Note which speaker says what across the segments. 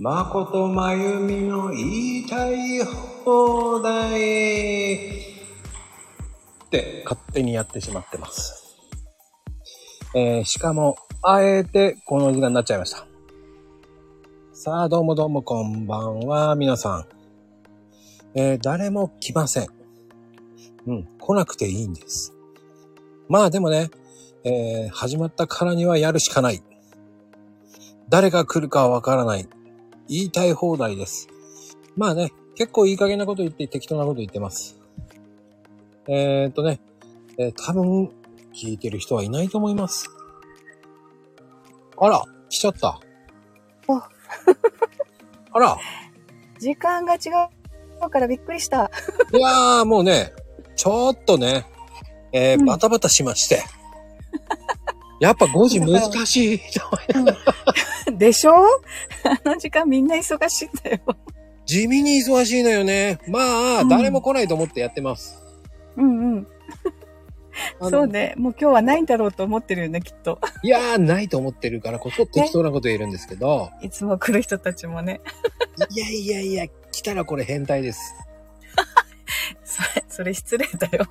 Speaker 1: まことまゆみの言いたい放題って勝手にやってしまってます。えー、しかも、あえてこの時間になっちゃいました。さあ、どうもどうもこんばんは、皆さん。えー、誰も来ません。うん、来なくていいんです。まあでもね、えー、始まったからにはやるしかない。誰が来るかはわからない。言いたい放題です。まあね、結構いい加減なこと言って適当なこと言ってます。えー、っとね、えー多分聞いてる人はいないと思います。あら、来ちゃった。
Speaker 2: あ
Speaker 1: あら、
Speaker 2: 時間が違うからびっくりした。
Speaker 1: い やーもうね、ちょっとね、えー
Speaker 2: うん
Speaker 1: バタバタしまして。やっぱ5時難しい。
Speaker 2: でしょ あの時間みんな忙しいんだよ。
Speaker 1: 地味に忙しいのよね。まあ、
Speaker 2: うん
Speaker 1: 誰も来ないと思ってやってます。
Speaker 2: うんうん。
Speaker 1: あの
Speaker 2: そうね。もう今日はないんだろうと思ってるよね、きっと。
Speaker 1: いやー、ないと思ってるからこそ適当なこと言えるんですけど、
Speaker 2: いつも来る人たちもね。
Speaker 1: いやいやいや、来たらこれ変態です。
Speaker 2: それ、それ失礼だよ。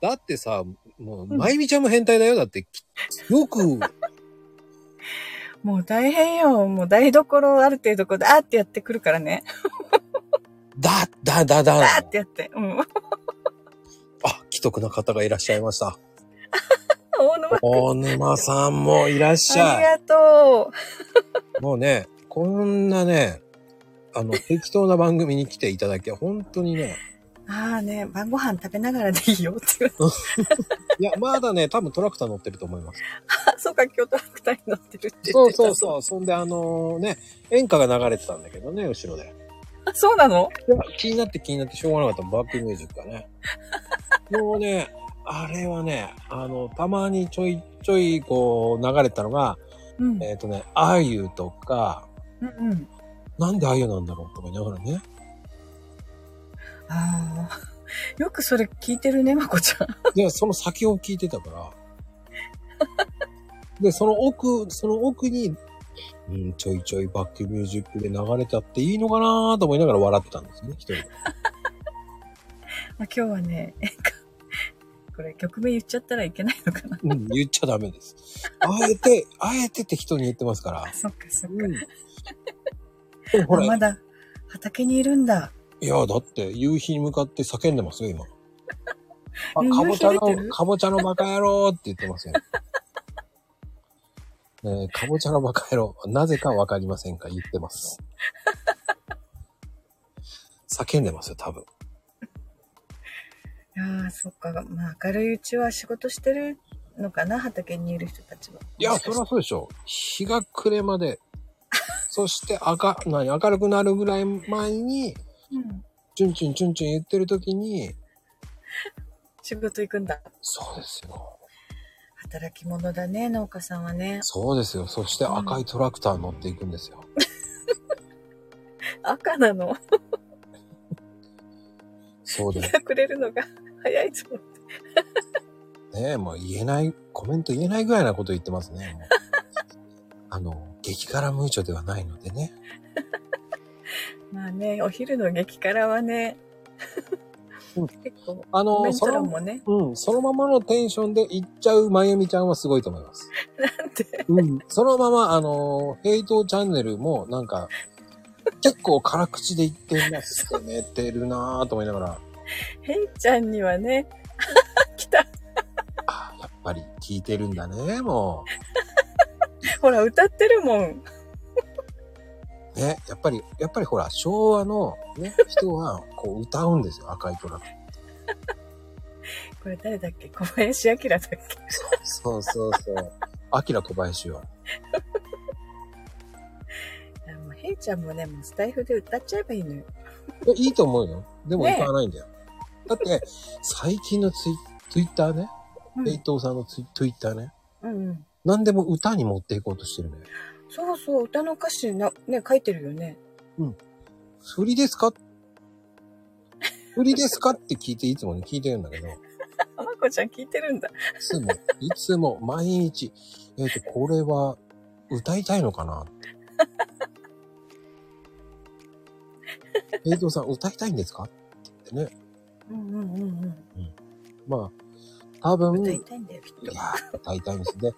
Speaker 1: だってさ、もう、
Speaker 2: うん
Speaker 1: まゆみちゃんも変態だよ。だって、きよく、
Speaker 2: もう大変よ。もう台所ある程度こう、だーってやってくるからね。
Speaker 1: だ、だ、だ、だ
Speaker 2: だ、ーってやって。うん。
Speaker 1: あ、既得な方がいらっしゃいました。
Speaker 2: 大沼。
Speaker 1: 大沼さんもいらっしゃい。
Speaker 2: ありがと
Speaker 1: もうね、こんなね、あの、適当な番組に来ていただき、本当にね、
Speaker 2: う。ああね、晩ご飯食べながらでいいよって言われ
Speaker 1: いや、まだね、多分トラクター乗ってると思います。
Speaker 2: た。そうか、今日トラクターに乗ってるって
Speaker 1: そ
Speaker 2: 言っ
Speaker 1: う
Speaker 2: てた。
Speaker 1: そうそう。そんで、あのね、演歌が流れてたんだけどね、後ろで。
Speaker 2: あそうなの
Speaker 1: いや気になって気になってしょうがなかった。バックミュージックがね。 もうね、あれはね、あの、たまにちょいちょい、こう、流れてたのが、
Speaker 2: うん。
Speaker 1: えっ、とね、あゆとか、
Speaker 2: うんうん。
Speaker 1: なんであゆなんだろうとか言いながらね。
Speaker 2: ああ。 よくそれ聞いてるね、まこちゃん。
Speaker 1: で、その先を聞いてたから。 で、その奥、その奥に、うん、ちょいちょいバックミュージックで流れたっていいのかなと思いながら笑ってたんですね、一人で。
Speaker 2: まあ、今日はね、 えこれ曲名言っちゃったらいけないのかな。
Speaker 1: うん、言っちゃダメです。あえて、あえてって人に言ってますから。
Speaker 2: そっかそっ
Speaker 1: う
Speaker 2: か。
Speaker 1: ん。でもほ
Speaker 2: あ
Speaker 1: ら、
Speaker 2: まだ畑にいるんだ。
Speaker 1: いや、だって夕日に向かって叫んでますよ、 今。
Speaker 2: え
Speaker 1: あ、かぼちゃ
Speaker 2: 夕日出て
Speaker 1: の、
Speaker 2: る
Speaker 1: かぼちゃのバカ野郎って言ってますよ。ねえ、かぼちゃのバカ野郎。なぜかわかりませんか言ってます。叫んでますよ、多分。
Speaker 2: いやーそっか。まあ明るいうちは仕事してるのかな、畑にいる人たちは。
Speaker 1: いや、そりゃそうでしょ。日が暮れまで、そして赤、何、明るくなるぐらい前に、
Speaker 2: うん。
Speaker 1: チュンチュンチュンチュン言ってる時に、
Speaker 2: 仕事行くんだ。
Speaker 1: そうですよ。
Speaker 2: 働き者だね、農家さんはね。
Speaker 1: そうですよ。そして赤いトラクター乗っていくんですよ。
Speaker 2: 赤なの。
Speaker 1: そうです
Speaker 2: 日が暮れるのが 早いぞ。
Speaker 1: ね もう言えない、コメント言えないぐらいなこと言ってますね。 もうあの、激辛ムーチョではないのでね。
Speaker 2: まあね、お昼の激辛はね、
Speaker 1: うん
Speaker 2: 結構、
Speaker 1: あ
Speaker 2: コメ
Speaker 1: の、
Speaker 2: ン
Speaker 1: そ
Speaker 2: ト欄
Speaker 1: の、
Speaker 2: もね、
Speaker 1: うん、そのままのテンションで言っちゃうまゆみちゃんはすごいと思います。
Speaker 2: なんて、
Speaker 1: うん、 そのまま、あの、ヘイトチャンネルもなんか、結構辛口で言ってますよ ね、てるなぁと思いながら、
Speaker 2: ヘイちゃんにはね、 来た。
Speaker 1: あやっぱり聞いてるんだね、も
Speaker 2: ほら、歌ってるもん。
Speaker 1: う。ね、やっぱり、やっぱりほら、昭和のね、人はこう歌うんですよ、赤いトラック。
Speaker 2: これ誰だっけ小林明だっけ
Speaker 1: そうそうそう。アキラ小林は。
Speaker 2: あもうヘイちゃんもね、もうスタイフで歌っちゃえばいいのよ。
Speaker 1: いやいいと思うよ。でも
Speaker 2: ねえ
Speaker 1: 歌わないんだよ。だって、最近のツイツイッターね、
Speaker 2: うん
Speaker 1: ペイトーさんのツイツイッターね、
Speaker 2: うんうん。
Speaker 1: 何でも歌に持っていこうとしてるのよ。
Speaker 2: そうそう、歌の歌詞な、ね、書いてるよね。
Speaker 1: 振り ですか振りですかって聞いて、いつもね、聞いてるんだけど、い
Speaker 2: あまこちゃん聞いてるんだ。
Speaker 1: つも、いつも、毎日、えっ、と、これは、歌いたいのか な平蔵さん歌いたいんですかって言ってね。
Speaker 2: うんうんうん
Speaker 1: まあ、多
Speaker 2: う
Speaker 1: 分、
Speaker 2: ん。歌い
Speaker 1: い
Speaker 2: たいんだよ、きっと。
Speaker 1: や、歌いたいんですね。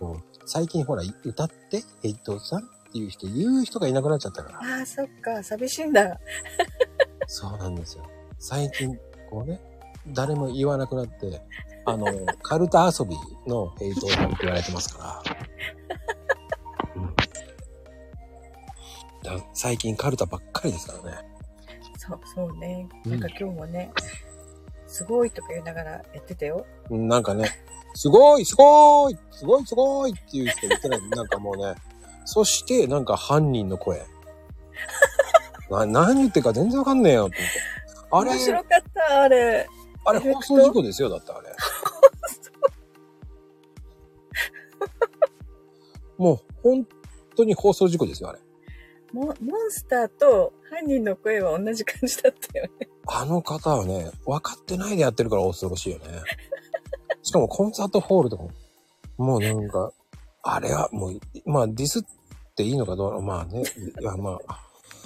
Speaker 1: こう最近ほら、歌って、平蔵さんっていう人、言う人がいなくなっちゃったから。
Speaker 2: ああ、そっか、寂しいんだ。
Speaker 1: そうなんですよ。最近、こうね、誰も言わなくなって、あの、 カルタ遊びの平等さんって言われてますから。うん、だ最近カルタばっかりですからね。
Speaker 2: そう、そうね。
Speaker 1: うん
Speaker 2: なんか今日もね、すごいとか言いながらやってたよ。
Speaker 1: うんなんかね、すごいすごーいすごいすごーいっていう人言ってない。なんかもうね、そしてなんか犯人の声。 な何言ってるか全然わかんねえよって思って。あれ
Speaker 2: 面白、かった、あれ。
Speaker 1: あれ放送事故ですよ、だってあれ。もう本当に放送事故ですよ、あれ。
Speaker 2: モモンスターと犯人の声は同じ感じだったよね。
Speaker 1: あの方はね、分かってないでやってるから恐ろしいよね。しかもコンサートホールとかも、もうなんか、あれはもう、まあディスっていいのかどうまあね、いやまあ、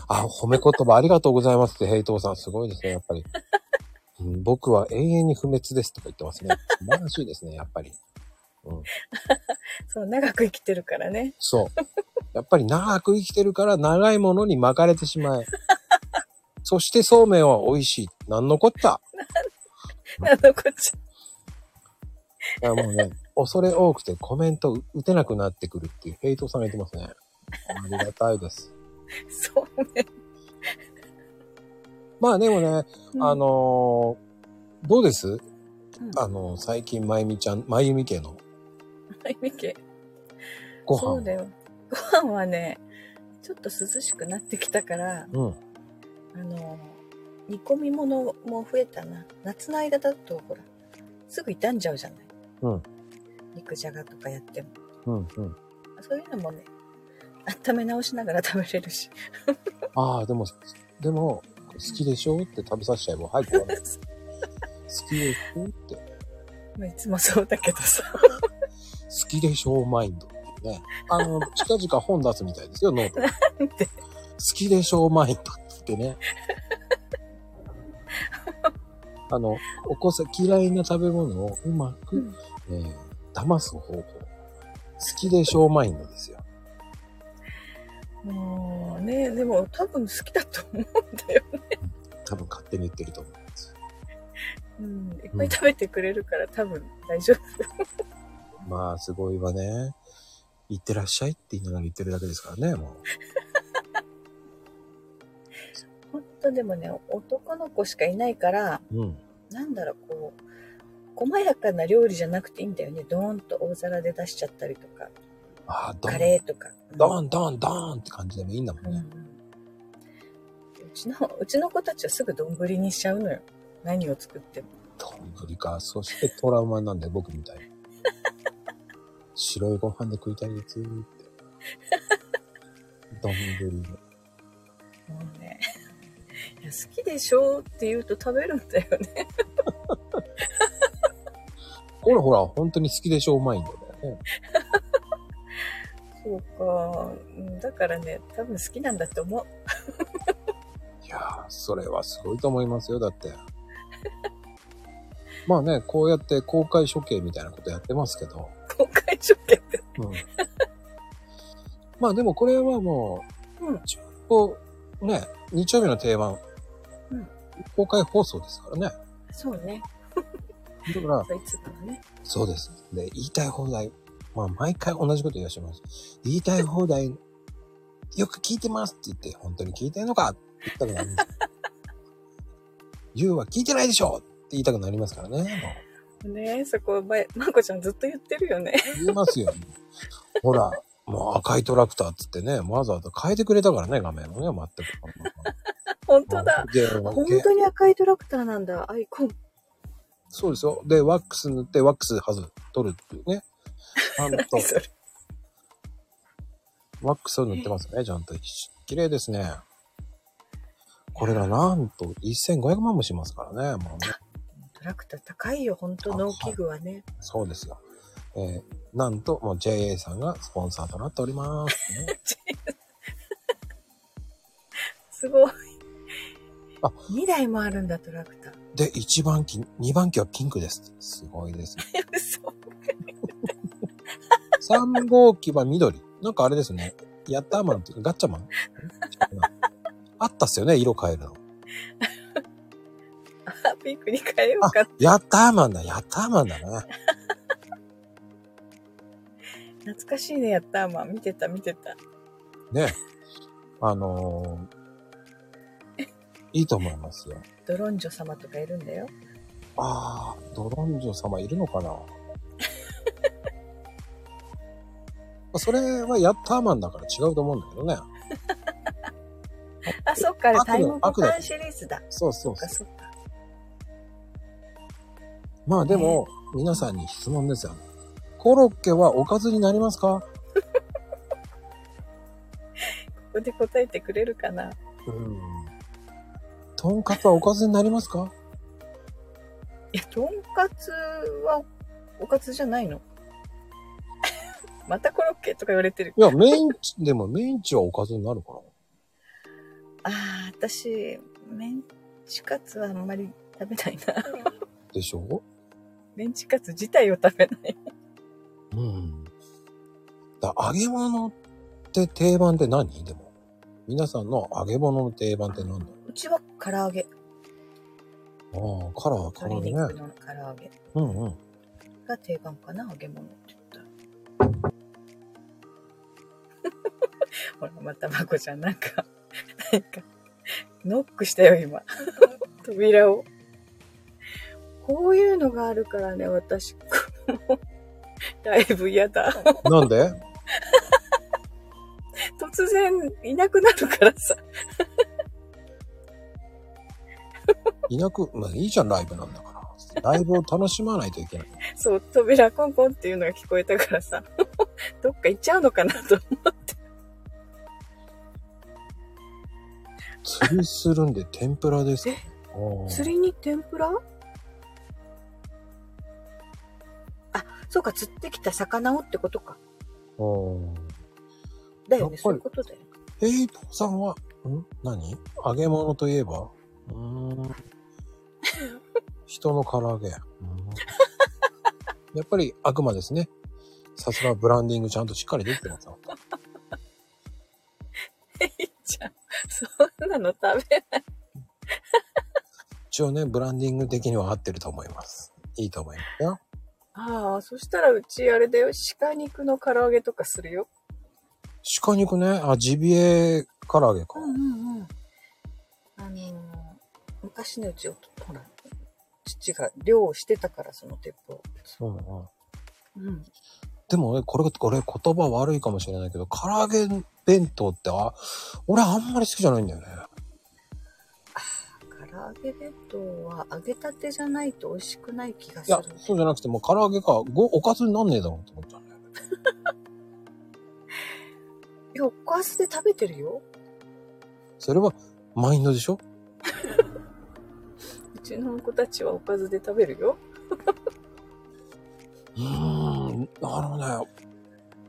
Speaker 1: あ、褒め言葉ありがとうございますって、ヘイトーさんすごいですね、やっぱり。うん僕は永遠に不滅ですとか言ってますね。素晴らしいですね、やっぱり。うん
Speaker 2: そう、長く生きてるからね。
Speaker 1: そう。やっぱり長く生きてるから長いものに巻かれてしまえ。そしてそうめんは美味しい。なんのこった。
Speaker 2: あの、こっち。
Speaker 1: いやもうね、恐れ多くてコメント打てなくなってくるっていうヘイトさんが言ってますね。ありがたいです。
Speaker 2: そうね。
Speaker 1: まあでもね、あ
Speaker 2: うん、
Speaker 1: のーどうです
Speaker 2: うん
Speaker 1: あのー最近、まゆみちゃん、まゆみ家の
Speaker 2: はい、ミケ。
Speaker 1: ご飯。
Speaker 2: そうだよ。ご飯はね、ちょっと涼しくなってきたから、
Speaker 1: うん。
Speaker 2: あの、煮込み物も増えたな。夏の間だと、ほら、すぐ傷んじゃうじゃない。
Speaker 1: うん。
Speaker 2: 肉じゃがとかやっても。
Speaker 1: うん、うん。
Speaker 2: そういうのもね、温め直しながら食べれるし。
Speaker 1: ああ、でも、でも、好きでしょって食べさせちゃえば、はい、 ご飯好きでしょって。
Speaker 2: まあいつもそうだけどさ。
Speaker 1: 好きでしょうマインドっていうね。あの、近々本出すみたいですよ、ノート。好
Speaker 2: で
Speaker 1: きでしょうマインドって ね。あの、お子さん、嫌いな食べ物をうまく、
Speaker 2: うん
Speaker 1: えー騙す方法。好きでしょうマインドですよ。
Speaker 2: もうね、でも多分好きだと思うんだよ。
Speaker 1: 多分勝手に言ってると思うんです。
Speaker 2: うん。いっぱい食べてくれるから多分大丈夫。
Speaker 1: まあ、すごいわね。行ってらっしゃいって言いながら言ってるだけですからね、もう。
Speaker 2: 本当でもね、男の子しかいないから、
Speaker 1: うん。
Speaker 2: なんだろう、こう、細やかな料理じゃなくていいんだよね。ドーンと大皿で出しちゃったりとか、
Speaker 1: ああ、ド
Speaker 2: カ
Speaker 1: ーン、
Speaker 2: レーとか。
Speaker 1: ドーン、ドーン、ドーンって感じでもいいんだもん
Speaker 2: うん
Speaker 1: ね。
Speaker 2: うちの、うちの子たちはすぐ丼にしちゃうのよ。何を作っても。
Speaker 1: 丼か。そしてトラウマなんで僕みたい に。白いご飯で食いたいですって。丼で。
Speaker 2: もうね。 いや好きでしょって言うと食べるんだよね。
Speaker 1: これほら、本当に好きでしょうマインドだよね。
Speaker 2: そうか。うんだからね、多分好きなんだと思う。
Speaker 1: いやー、それはすごいと思いますよ、だ って。まあね、こうやって公開処刑みたいなことやってますけど。
Speaker 2: 公開処刑って。
Speaker 1: うん。まあでもこれはも
Speaker 2: うん。
Speaker 1: う、一応、ね、日曜日の定番、
Speaker 2: うん
Speaker 1: 公開放送ですからね。
Speaker 2: そうね。
Speaker 1: だから、
Speaker 2: そういつかね。
Speaker 1: そうです。で、言いたい放題。まあ、毎回同じこと言わしてます。言いたい放題、よく聞いてますって言って、本当に聞いてんのかって言ったくなります。言うは聞いてないでしょって言いたくなりますからね。も
Speaker 2: ねそこ、ま、まこちゃんずっと言ってるよね。
Speaker 1: う言いますよ。ほら、もう赤いトラクターっつってね、わざわざ変えてくれたからね、画面をね、全く。
Speaker 2: 本当だ。
Speaker 1: で
Speaker 2: 本当に赤いトラクターなんだ、アイコン。
Speaker 1: そうですよ。で、ワックス塗って、ワックス外す、取るっていうね。ちゃんと
Speaker 2: 何、それ。
Speaker 1: ワックスを塗ってますね、ちゃんと。綺麗ですね。これがなんと1500万もしますからね、もうね。
Speaker 2: トラクター高いよ、本当農機具はね。
Speaker 1: そうですよ。えーなんと、もう JA さんがスポンサーとなっております、 ね。
Speaker 2: すごい。
Speaker 1: あ
Speaker 2: 2台もあるんだ、トラクター。
Speaker 1: で、1番機、2番機はピンクです。すごいですね。
Speaker 2: 嘘。
Speaker 1: 3号機は緑。なんかあれですね。ヤッターマンっていうかガッチャマン違うなあったっすよね、色変えるの。
Speaker 2: あ、ピンクに変えよ
Speaker 1: あ
Speaker 2: うか。、
Speaker 1: ヤッターマンだ、ヤッターマンだね。
Speaker 2: 懐かしいね、やったーマン。見てた、見てた。
Speaker 1: ね。あのーいいと思いますよ。
Speaker 2: ドロンジョ様とかいるんだよ。
Speaker 1: ああ、ドロンジョ様いるのかなそれはヤッターマンだから違うと思うんだけどね。
Speaker 2: あ、そっか、あれ
Speaker 1: 悪だ
Speaker 2: タイムボ
Speaker 1: 悪だ
Speaker 2: タンシリーズだ。
Speaker 1: そうそ
Speaker 2: そうっ
Speaker 1: そ
Speaker 2: か、
Speaker 1: う。
Speaker 2: そっか。
Speaker 1: まあでも、皆さんに質問ですよ。コロッケはおかずになりますか
Speaker 2: ここで答えてくれるかな。
Speaker 1: うん。とんかつはおかずになりますか
Speaker 2: いや、とんかつはおかずじゃない の。またコロッケとか言われてる。
Speaker 1: いや、メインチ、でもメインチはおかずになるか
Speaker 2: ああ、私、メンチカツはあんまり食べない な。
Speaker 1: なでしょ
Speaker 2: メンチカツ自体を食べない。
Speaker 1: うん。だ揚げ物って定番って何でも。皆さんの揚げ物の定番って何だ
Speaker 2: うちは唐揚げ。
Speaker 1: ろうああ、カラー、カラ
Speaker 2: 鶏
Speaker 1: ーで
Speaker 2: 肉
Speaker 1: ね。
Speaker 2: の唐揚げ
Speaker 1: うんうん。
Speaker 2: が定番かな、揚げ物って言ったら。 ほら、またまこちゃん、なんか、なんか、ノックしたよ、今。 扉を。こういうのがあるからね、私、 このだいぶ嫌だ。
Speaker 1: なんで
Speaker 2: 突然いなくなるからさ。
Speaker 1: いなく、まあいいじゃん、ライブなんだから。ライブを楽しまないといけない。
Speaker 2: そう、扉コンコンっていうのが聞こえたからさ、 どっか行っちゃうのかなと思って。
Speaker 1: 釣りするんで天ぷらですか、ね、ああ
Speaker 2: 釣りに天ぷらあ、そうか、釣ってきた魚をってことか。
Speaker 1: うん
Speaker 2: だよね、
Speaker 1: やっぱり
Speaker 2: そういうことだよ。
Speaker 1: えいぽさんは、ん何揚げ物といえばうーん。人の唐揚げ。うーんやっぱり悪魔ですね。さすがブランディングちゃんとしっかりできてますよ。
Speaker 2: いいじゃん。そんなの食べない。
Speaker 1: 一応ね、ブランディング的には合ってると思います。いいと思いますよ。
Speaker 2: ああ、そしたらうちあれだよ、鹿肉の唐揚げとかするよ。
Speaker 1: 鹿肉ね、あ、ジビエ唐揚げか。
Speaker 2: うんうん。あのー昔ね、うち、ほら、父が漁をしてたから、その鉄砲。
Speaker 1: うんうん
Speaker 2: うん。
Speaker 1: でもね、これ、これ言葉悪いかもしれないけど、唐揚げ弁当って、あ、俺あんまり好きじゃないんだよね。
Speaker 2: 唐揚げ弁当は揚げたてじゃないと美味しくない気が
Speaker 1: い
Speaker 2: する
Speaker 1: や、そうじゃなくて、もう唐揚げか、ご、おかずになんねえだろうと思ったんだよね。
Speaker 2: いやおかずで食べてるよ
Speaker 1: それは、マインドでしょ
Speaker 2: うちの子たちはおかずで食べるよ
Speaker 1: うーん、なるほどね。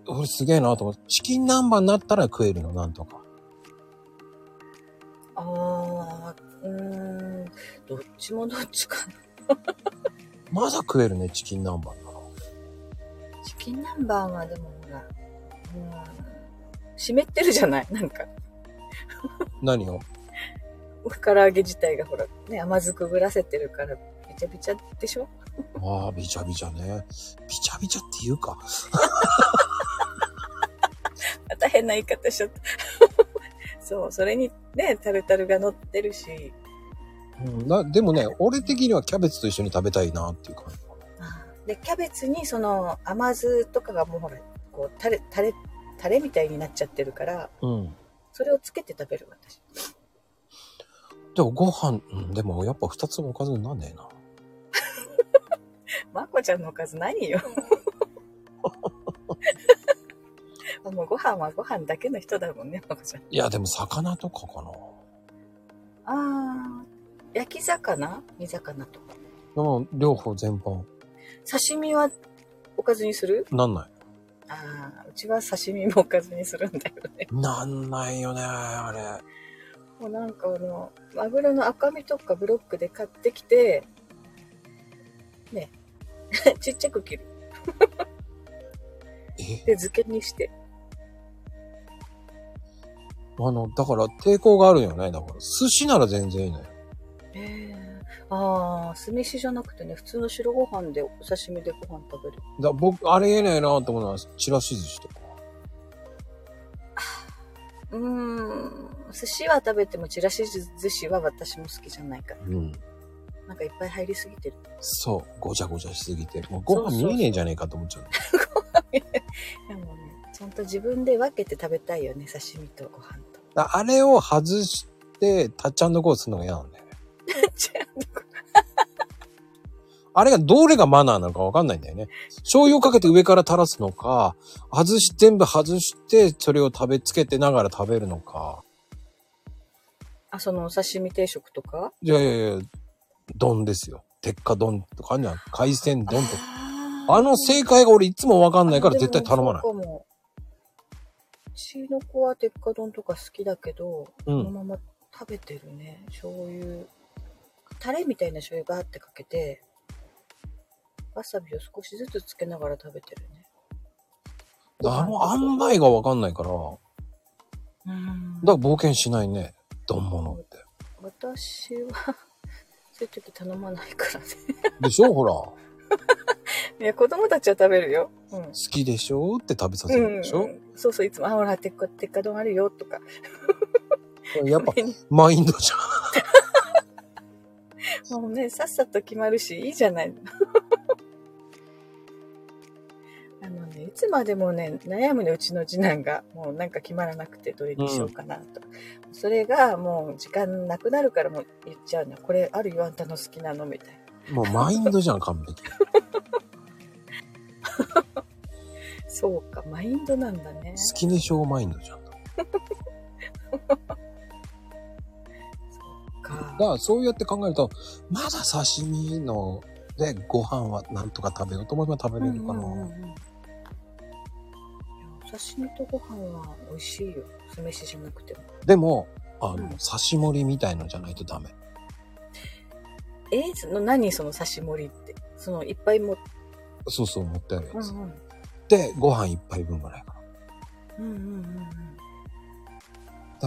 Speaker 1: 俺すげえなと思って、チキン南蛮になったら食えるの、なんとか。
Speaker 2: あーうーんどっちもどっちかな
Speaker 1: まだ食えるね、チキン南蛮なら。
Speaker 2: チキン南蛮はでもほらうん湿ってるじゃないなんか
Speaker 1: 何を
Speaker 2: 唐揚げ自体がほらね甘酢くぐらせてるからびちゃびちゃでしょ
Speaker 1: ああ、びちゃびちゃね。びちゃびちゃって言うか。
Speaker 2: また変な言い方しちゃった そうそれにねタルタルが乗ってるし
Speaker 1: うん、なでもね、俺的にはキャベツと一緒に食べたいなっていう感じ。
Speaker 2: でキャベツにその甘酢とかがもうほらこうタレタレタレみたいになっちゃってるから
Speaker 1: うん。
Speaker 2: それをつけて食べる私
Speaker 1: でもご飯、うん、でもやっぱ二つもおかずになんねえな。
Speaker 2: まこちゃんのおかず何 よもうご飯はご飯だけの人だもんねまこちゃん
Speaker 1: いや、でも魚とかかな。
Speaker 2: あー焼き魚煮魚とか
Speaker 1: でも両方全般。
Speaker 2: 刺身はおかずにする
Speaker 1: なんな
Speaker 2: ああ、うちは刺身もおかずにするんだよね。
Speaker 1: い。なんないよね、あれ。
Speaker 2: もうなんかあの、マグロの赤身とかブロックで買ってきて、ね、 ちっちゃく切る。
Speaker 1: え
Speaker 2: で、漬けにして。
Speaker 1: あの、だから抵抗があるよね。だから、寿司なら全然いいのよ。
Speaker 2: へえ。ああ、酢飯じゃなくてね、普通の白ご飯でお刺身でご飯食べる。
Speaker 1: だ僕、あれ言えないなと思うのは、チラシ寿司とか。
Speaker 2: うーん、寿司は食べてもちらし寿司は私も好きじゃないから。
Speaker 1: うん。
Speaker 2: なんかいっぱい入りすぎ てる。
Speaker 1: そう、ごちゃごちゃしすぎて、もうご飯見えねえんじゃねえかと思っちゃう。
Speaker 2: でもね、ちゃんと自分で分けて食べたいよね、刺身とご飯と。
Speaker 1: だあれを外して、タッチコールするのが嫌なんだよね。あれがどれがマナーなのかわかんないんだよね。醤油をかけて上から垂らすのか、外し、全部外して、それを食べつけてながら食べるのか。
Speaker 2: あ、そのお刺身定食とか
Speaker 1: いやいやいや、丼ですよ。鉄火丼とかあるじゃん。海鮮丼とか。
Speaker 2: あ
Speaker 1: あの正解が俺いつもわかんないから絶対頼まない。
Speaker 2: そうかも。うちの子は鉄火丼とか好きだけど、
Speaker 1: う
Speaker 2: この
Speaker 1: ん。
Speaker 2: まま食べてるね醤油タレみたいな醤油バーってかけてわさびを少しずつつけながら食べてるね
Speaker 1: あの案内がわかんないから、だか
Speaker 2: うん
Speaker 1: ら冒険しないね。丼物って。
Speaker 2: 私は そういう時頼まないからね
Speaker 1: でしょほら。好
Speaker 2: いや子供たちは食べるようん
Speaker 1: きでしょって食べさせるでしょ、
Speaker 2: うんそうそういつも「あほら鉄火鉄火丼あるよ」とか
Speaker 1: やっぱ
Speaker 2: 目に
Speaker 1: マインドじゃ。
Speaker 2: もうねさっさと決まるしいいじゃない あのねいつまでもね悩むねうちの次男がもうなんか決まらなくてどれにしようかなと、それがもう時間なくなるからもう言っちゃうのこれあるよあんたの好きなのみたいなん
Speaker 1: もうマインドじゃん、完璧。
Speaker 2: そうかマインドなんだね
Speaker 1: 好きでしょマインドじゃん。だ
Speaker 2: そうか
Speaker 1: からそうやって考えると、まだ刺身の、で、ご飯はなんとか食べようと思えば食べれるかな。
Speaker 2: うんうんうんうんいやお刺身とご飯は美味しいよ酢飯じゃなくても
Speaker 1: でも、あの、
Speaker 2: うん
Speaker 1: 刺し盛りみたいのじゃないとダメ。
Speaker 2: えーその何その刺し盛りってそのいっぱいも
Speaker 1: そうそう、もったいないやつ。
Speaker 2: ん
Speaker 1: で、ご飯一杯分ぐらいかな。
Speaker 2: うんうんうんうん
Speaker 1: だか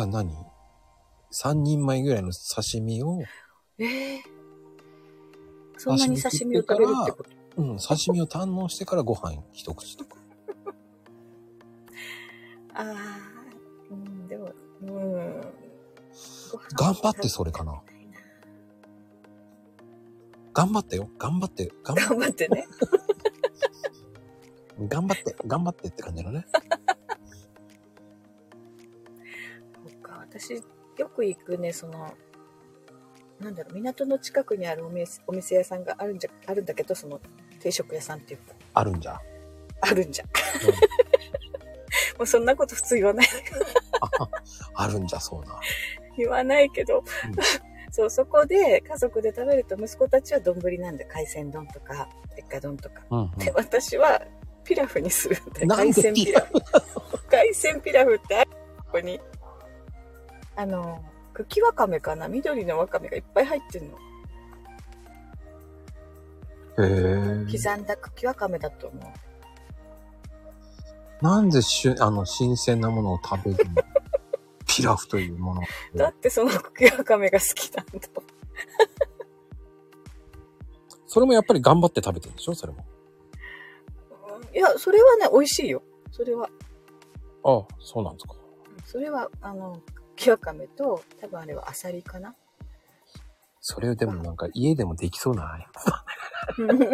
Speaker 1: ら何 ?3 人前ぐらいの刺身を、
Speaker 2: ええそんなに刺身を食べるってこと
Speaker 1: うん、刺身を堪能してからご飯一口とか。
Speaker 2: ああー、うん、でも、うん。
Speaker 1: 頑張ってそれかな。頑張ってよ。頑張って。頑張
Speaker 2: 頑張ってね。
Speaker 1: 頑張って。頑張ってって感じのね。
Speaker 2: そうか、私、よく行くね、その、なんだろう、港の近くにあるお店お店屋さんがあるんじゃ、あるんだけど、その、定食屋さんっていうか、
Speaker 1: あるんじゃ。
Speaker 2: あるんじゃ。 もうそんなこと普通言わない、
Speaker 1: あるんじゃそうな。
Speaker 2: 言わないけど、 そう、そこで家族で食べると息子たちは丼なんで、海鮮丼とか、鉄火丼とか。
Speaker 1: うん、
Speaker 2: で私はピラフにするんで
Speaker 1: うん。なん
Speaker 2: 海
Speaker 1: で
Speaker 2: 鮮
Speaker 1: ピ
Speaker 2: ピ
Speaker 1: ラ
Speaker 2: ラ
Speaker 1: フ
Speaker 2: フ 海鮮ピラフってあるここにあの茎わかめかな緑のわかめがいっぱい入ってるの
Speaker 1: へえ。
Speaker 2: 刻んだ茎わかめだと思う
Speaker 1: なんでしゅ、あの、新鮮なものを食べ ずに、ピラフというものを。
Speaker 2: だってその茎わかめが好きなんだ
Speaker 1: それもやっぱり頑張って食べてるんでしょそれも。
Speaker 2: いやそれはね美味しいよそれは
Speaker 1: ああ、そうなんですか。
Speaker 2: それはあの茎わかめと多分あれはアサリかな
Speaker 1: それでもなんか家でもできそうなやつだ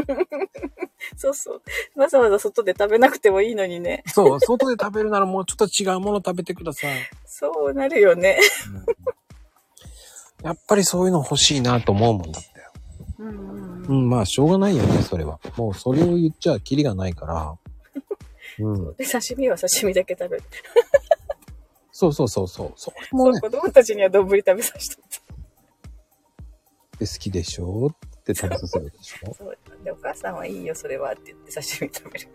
Speaker 2: そうそうわざわざ外で食べなくてもいいのにね
Speaker 1: ね。そう、外で食べるならもうちょっと違うもの食べてください。
Speaker 2: そうなるよね
Speaker 1: やっぱりそういうの欲しいなと思うもんだったよ。
Speaker 2: うんうん
Speaker 1: うん、まあ、しょうがないよね、それは。もう、それを言っちゃキリがないから。うん。
Speaker 2: で刺身は刺身だけ食べる
Speaker 1: そうそうそうそう。それもね、
Speaker 2: そう子供たちには丼食べさせて
Speaker 1: で好きでしょって食べさせるでしょ
Speaker 2: そうで、お母さんはいいよ、それはって言って刺身食べる。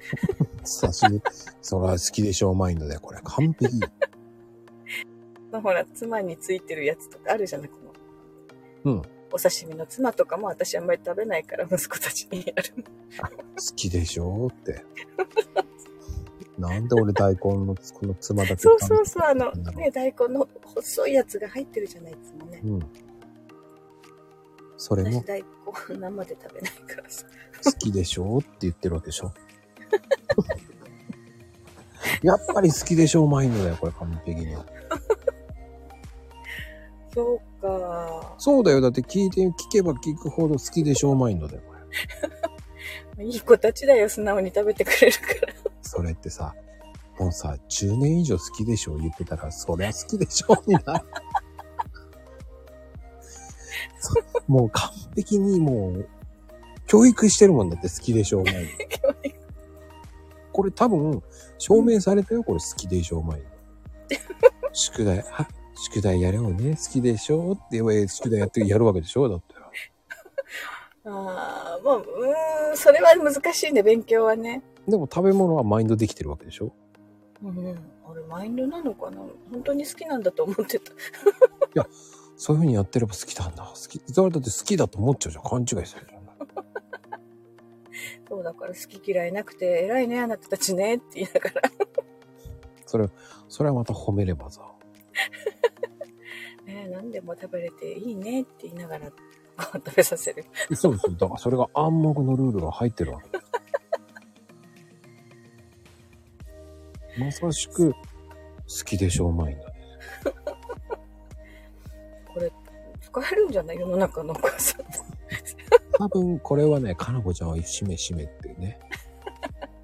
Speaker 1: 刺身、そら好きでしょうマインドで、これ完璧。
Speaker 2: まあ、ほら、妻についてるやつとかあるじゃない、この。
Speaker 1: うん。好
Speaker 2: お刺身の妻とかも私あんまり食べないから息子たちにやる。
Speaker 1: きでしょうって。なんで俺大根のこの妻だけ
Speaker 2: そうそうそう、あ
Speaker 1: な
Speaker 2: の、
Speaker 1: んだろう
Speaker 2: ね、大根の細いやつが入ってるじゃないですもね。
Speaker 1: うん。それも
Speaker 2: 私大根生で食べないからさ。
Speaker 1: 好きでしょうって言ってるわけでしょ。やっぱり好きでしょうマインドだよ、これ完璧に。
Speaker 2: そうか。
Speaker 1: そうだよ、だって聞いて、聞けば聞くほど好きでしょうマインドだよ、これ。
Speaker 2: いい子たちだよ、素直に食べてくれるから。
Speaker 1: それってさ、もうさ、10年以上好きでしょ言ってたら、そりゃ好きでしょになる。 そもう完璧にもう、教育してるもんだって好きでしょう前に。これ多分、証明されたよ、これ好きでしょう前に。宿題、は、宿題やれよね、好きでしょうって言えば、宿題やってやるわけでしょだって。
Speaker 2: ああ、もう、うーん、それは難しいね、勉強はね。
Speaker 1: でも食べ物はマインドできてるわけでしょ
Speaker 2: うん、あれマインドなのかな本当に好きなんだと思ってた。
Speaker 1: そういうふうにやってれば好きなんだ。好き。それだって好きだと思っちゃうじゃん。勘違いするじゃん。
Speaker 2: そうだから好き嫌いなくて、偉いね、あなたたちね、って言いながら。
Speaker 1: それ、それはまた褒めればさ。
Speaker 2: ね、何でも食べれていいねって言いながら、 こう食べさせる。
Speaker 1: そうそう。だからそれが暗黙のルールが入ってるわけだよ。まさしく、好きでしょうマインド。
Speaker 2: これ、使えるんじゃない世の中のお母さん。
Speaker 1: 多分、これはね、かなこちゃんはしめしめってね。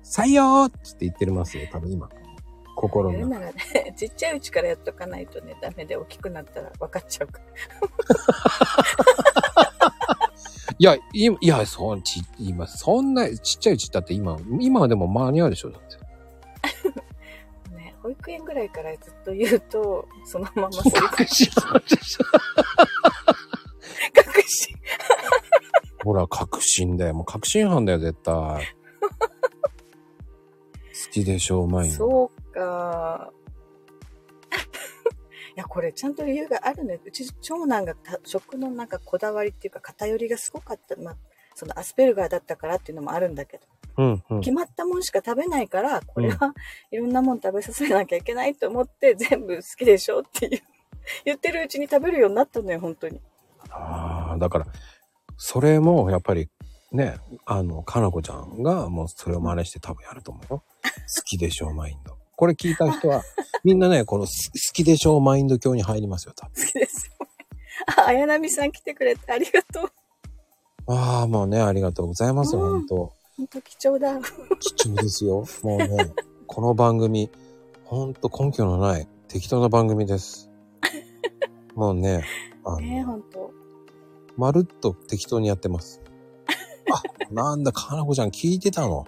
Speaker 1: 採用って言ってますよ。多分今。心
Speaker 2: やる
Speaker 1: の中。
Speaker 2: ならね、 ちっちゃいうちからやっとかないとね、ダメで大きくなったら分かっちゃうから。
Speaker 1: いや、今、いや、そんち、今、そんな、ちっちゃいうちだって今、今はでも間に合うでしょ。だって。
Speaker 2: ね、保育園ぐらいからずっと言うと、そのままそれ
Speaker 1: 隠し味でしょ
Speaker 2: 隠し、
Speaker 1: ほら、確信だよ。もう確信犯だよ、絶 対。好きでしょう、まいの。
Speaker 2: そうか。 いや、これちゃんと理由があるのよ。うち長男がた食のなんかこだわりっていうか偏りがすごかった。まあ、そのアスペルガーだったからっていうのもあるんだけど。
Speaker 1: うん、うん。
Speaker 2: 決まったもんしか食べないから、これはいろんなもん食べさせなきゃいけないと思って、 全部好きでしょっていう。 言ってるうちに食べるようになったのよ、本当に。
Speaker 1: ああ、だから、それも、やっぱり、ね、あの、かなこちゃんが、もうそれを真似して多分やると思うよ。好きでしょう、マインド。これ聞いた人 は、みんなね、このす好きでしょう、マインド教に入りますよ、多分。
Speaker 2: 好きですよ。あ、綾波さん来てくれてありがとう。
Speaker 1: ああ、もうね、ありがとうございます、
Speaker 2: うん
Speaker 1: 本当
Speaker 2: 本当貴重だ。
Speaker 1: 貴重ですよ。もう ね、この番組、ほんと根拠のない適当な番組です。もうね、あの、
Speaker 2: ねえ、本当。
Speaker 1: まるっと適当にやってます。あ、なんだ、かなこちゃん聞いてたの
Speaker 2: 好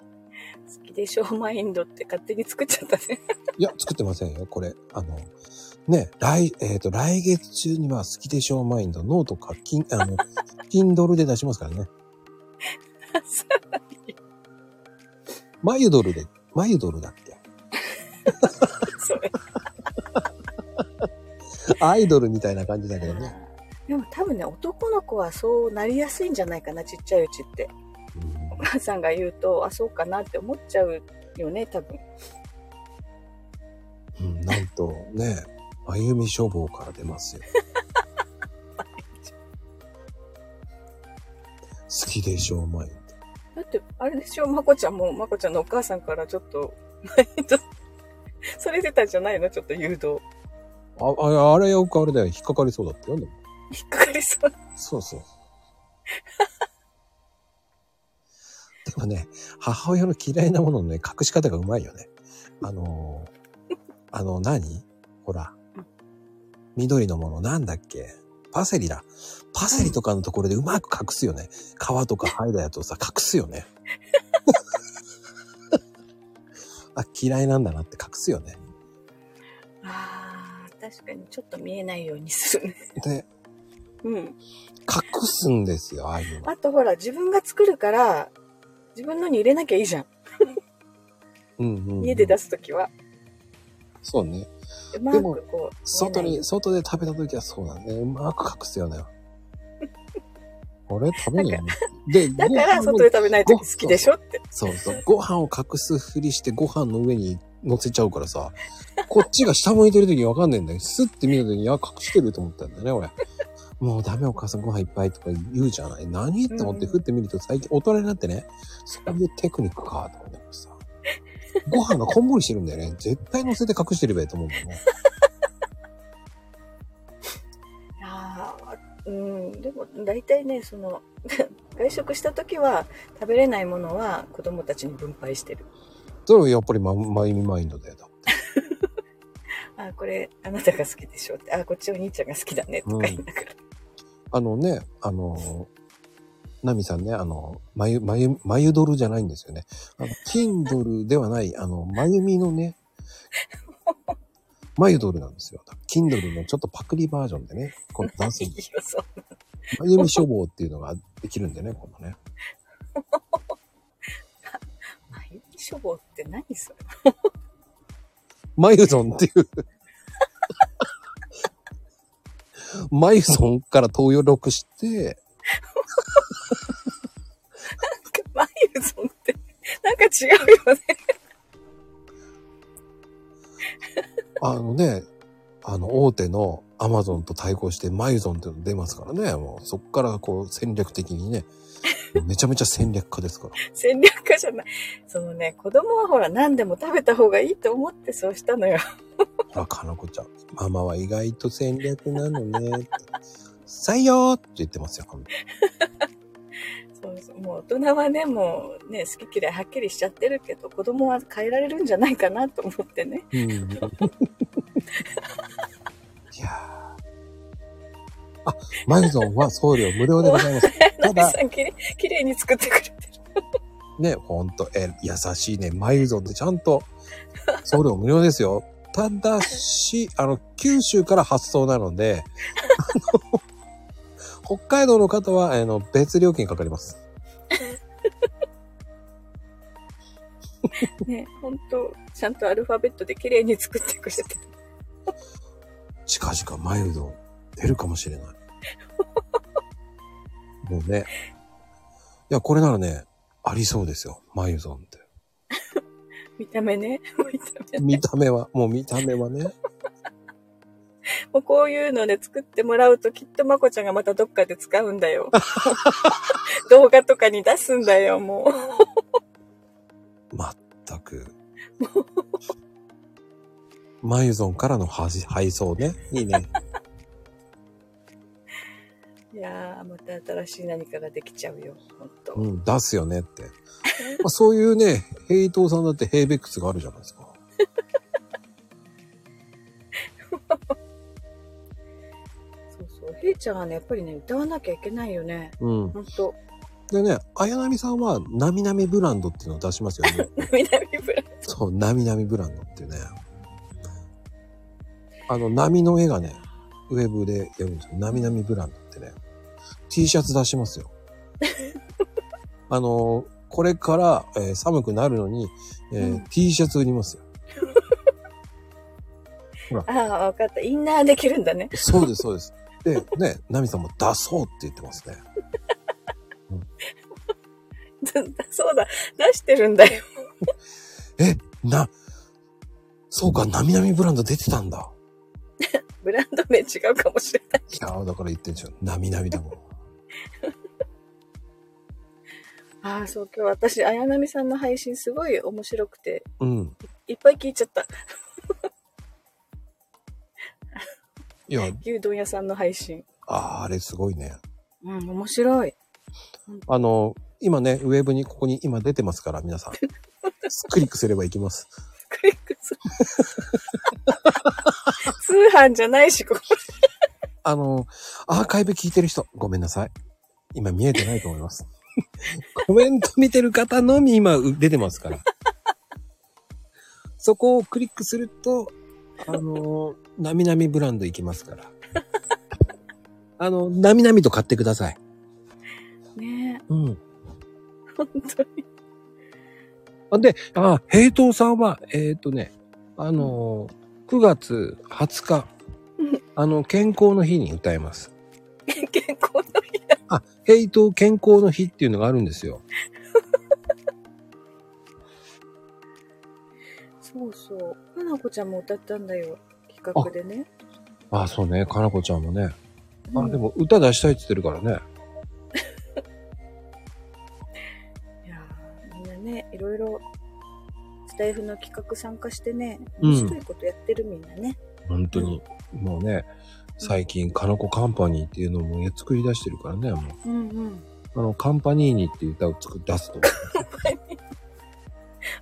Speaker 2: きでしょマインドって勝手に作っちゃったね。
Speaker 1: いや、作ってませんよ、これ。あの、ね、来、えっ、と、来月中には好きでしょうマインド、ノートか、キン、 あの、Kindle で出しますからね。マユドルで、マユドルだっけ
Speaker 2: それ。
Speaker 1: アイドルみたいな感じだけどね。
Speaker 2: でも多分ね、男の子はそうなりやすいんじゃないかな、ちっちゃいうちって。
Speaker 1: うん
Speaker 2: お母さんが言うと、あ、そうかなって思っちゃうよね、多分。
Speaker 1: うん、なんとね、歩み書房から出ますよ。好きでしょう、マイン
Speaker 2: だって、あれでしょ、まこちゃんも、まこちゃんのお母さんからちょっと、 マインド、それ出たんじゃないのちょっと誘導。
Speaker 1: ド。あ、ああれよくあれだよ。引っかかりそうだったよね。
Speaker 2: 引っかかりそう。
Speaker 1: そうそう。 でもね、母親の嫌いなもののね、隠し方がうまいよね。あの ーあの何ほら
Speaker 2: うん。
Speaker 1: 緑のものなんだっけパセリだ。パセリとかのところでうまく隠すよね。皮とか剥いだやつをさ、隠すよ ね。 あ、嫌いなんだなって隠すよね。
Speaker 2: ああ、確かにちょっと見えないようにするね。
Speaker 1: で、
Speaker 2: うん。
Speaker 1: 隠すんですよ、ああいうの。
Speaker 2: あとほら、自分が作るから、自分のに入れなきゃいいじゃん。
Speaker 1: うんうんうん
Speaker 2: 家で出すときは。
Speaker 1: そうね。
Speaker 2: うまくこう。
Speaker 1: 外
Speaker 2: 見え
Speaker 1: に、外で食べた時はそうだね。うまく隠すよ ね。俺食べねえよね。で、
Speaker 2: ないだから、
Speaker 1: ご飯を
Speaker 2: 外で食べないとき好きでしょって。
Speaker 1: そうそう。ご飯を隠すふりしてご飯の上に乗せちゃうからさ、こっちが下向いてる時にわかんないんだよ。スッて見た時に、あ、隠してると思ったんだよね、俺。もうダメお母さんご飯いっぱいとか言うじゃない。何って思って
Speaker 2: うん
Speaker 1: 振ってみると最近大人になってね、そういうテクニックかと思ってさ。ご飯がこんもりしてるんだよね。絶対乗せて隠してればいいと思うんだよね。
Speaker 2: ああ、うん。でも、大体ね、その、 外食したときは、食べれないものは子供たちに分配してる。
Speaker 1: それはやっぱりママイミマインドだよ。
Speaker 2: あーこれ、あなたが好きでしょって。あーこっちお兄ちゃんが好きだね。とか言いながら。
Speaker 1: あのね、あの、ナミさんね、あの、まゆ、まゆ、まゆドルじゃないんですよね。あの、キンドルではない、あの、まゆみのね、まゆドルなんですよ。キンドルのちょっとパクリバージョンでね、このダンス
Speaker 2: いい
Speaker 1: に、
Speaker 2: よ、そう。
Speaker 1: まゆみ処方っていうのができるんでね、このね。
Speaker 2: まゆみ処方って何それ
Speaker 1: まゆゾンっていう。まゆゾンから登録して、
Speaker 2: マユゾンって、なんか違うよね。
Speaker 1: あのね、あの大手のアマゾンと対抗してマユゾンっていうの出ますからね、もうそこからこう戦略的にね、めちゃめちゃ戦略家ですから。
Speaker 2: 戦略家じゃない。そのね、子供はほら何でも食べた方がいいと思ってそうしたのよ。
Speaker 1: ほら、かなこちゃん、ママは意外と戦略なのねって。採用って言ってますよ。
Speaker 2: そうそうもう大人はね、もうね、好き嫌いはっきりしちゃってるけど、子供は変えられるんじゃないかなと思ってね。
Speaker 1: うんいやーあ、マユゾンは送料無料でございます。た
Speaker 2: ナビ
Speaker 1: だ、
Speaker 2: さんきれい、きれいに作ってくれてる。
Speaker 1: ね、ほんと、え、優しいね。マユゾンってちゃんと、送料無料ですよ。ただし、あの、九州から発送なので、あの、北海道の方は、あの、別料金かかります。
Speaker 2: ね、ほんと、ちゃんとアルファベットできれいに作ってくれてる。
Speaker 1: 近々マユゾン出るかもしれない。もうね。いや、これならね、ありそうですよ。マユゾンって。
Speaker 2: 見た目ね。見た目。
Speaker 1: 見た目は、もう見た目はね。
Speaker 2: もうこういうので作ってもらうときっとまこちゃんがまたどっかで使うんだ よ。動画とかに出すんだよ、もう。
Speaker 1: まったく。マユゾンからのはじ配送ね。いいね。
Speaker 2: いやー、また新しい何かができちゃうよ、ほんと。
Speaker 1: うん、出すよねって。まあ、そういうね、ヘイトーさんだってヘイベックスがあるじゃないですか。
Speaker 2: そうそう。へいちゃんはね、やっぱりね、歌わなきゃいけないよね。
Speaker 1: うん。
Speaker 2: ほんと。
Speaker 1: でね、綾波さんは、なみなみブランドっていうのを出しますよね。
Speaker 2: 南ブラ
Speaker 1: そう、なみなみブランドっていうね。あの、波の絵がね、ウェブでやるんですよ。なみなみブランドってね。T シャツ出し ますよ。あの、これから、えー寒くなるのに、えー
Speaker 2: うん
Speaker 1: T シャツ売りますよ。
Speaker 2: ああ、わかった。インナーできるんだね。
Speaker 1: そうです、そうです。で、ね、ナミさんも出そうって言ってますね。
Speaker 2: そうだ。出してるんだよ。
Speaker 1: な、そうか、なみなみブランド出てたんだ。
Speaker 2: ブランド名違うかもしれない。
Speaker 1: いやーだから言ってんじゃん。なみなみだもん。
Speaker 2: ああ、そう、今日私、綾波さんの配信すごい面白くて、
Speaker 1: うん。
Speaker 2: いっぱい聞いちゃった。
Speaker 1: いや、
Speaker 2: 牛丼屋さんの配信。
Speaker 1: あーあれすごいね。
Speaker 2: うん、面白い。
Speaker 1: あの、今ね、ウェブにここに今出てますから、皆さん。クリックすれば行きます。
Speaker 2: クリックする。通販じゃないし、ここ
Speaker 1: あの、アーカイブ聞いてる人、ごめんなさい。今見えてないと思います。コメント見てる方のみ今う出てますから。そこをクリックすると、あの、なみなみブランド行きますから。あの、なみなみと買ってください。
Speaker 2: ね
Speaker 1: うん。
Speaker 2: え、本当に。
Speaker 1: あで、あ、平等さんは、えっ、とね、あのー、9月20日
Speaker 2: うん、
Speaker 1: あの、健康の日に歌います。
Speaker 2: 健康の日。
Speaker 1: あ、平等健康の日っていうのがあるんですよ。
Speaker 2: そうそう。かなこちゃんも歌ったんだよ。企画でね。
Speaker 1: あ、そうね、かなこちゃんもね。
Speaker 2: う
Speaker 1: あ、
Speaker 2: ん
Speaker 1: で。も歌出したいって言ってるからね。
Speaker 2: いやーみんなね、いろいろ、スタイフの企画参加してね、
Speaker 1: うん
Speaker 2: 面白いことやってるみんなね。
Speaker 1: 本当に。もうね、最近、かなこカンパニーっていうのも作り出してるからね、もう。
Speaker 2: うんうん。
Speaker 1: あの、カンパニーニっていう歌を作り出すと。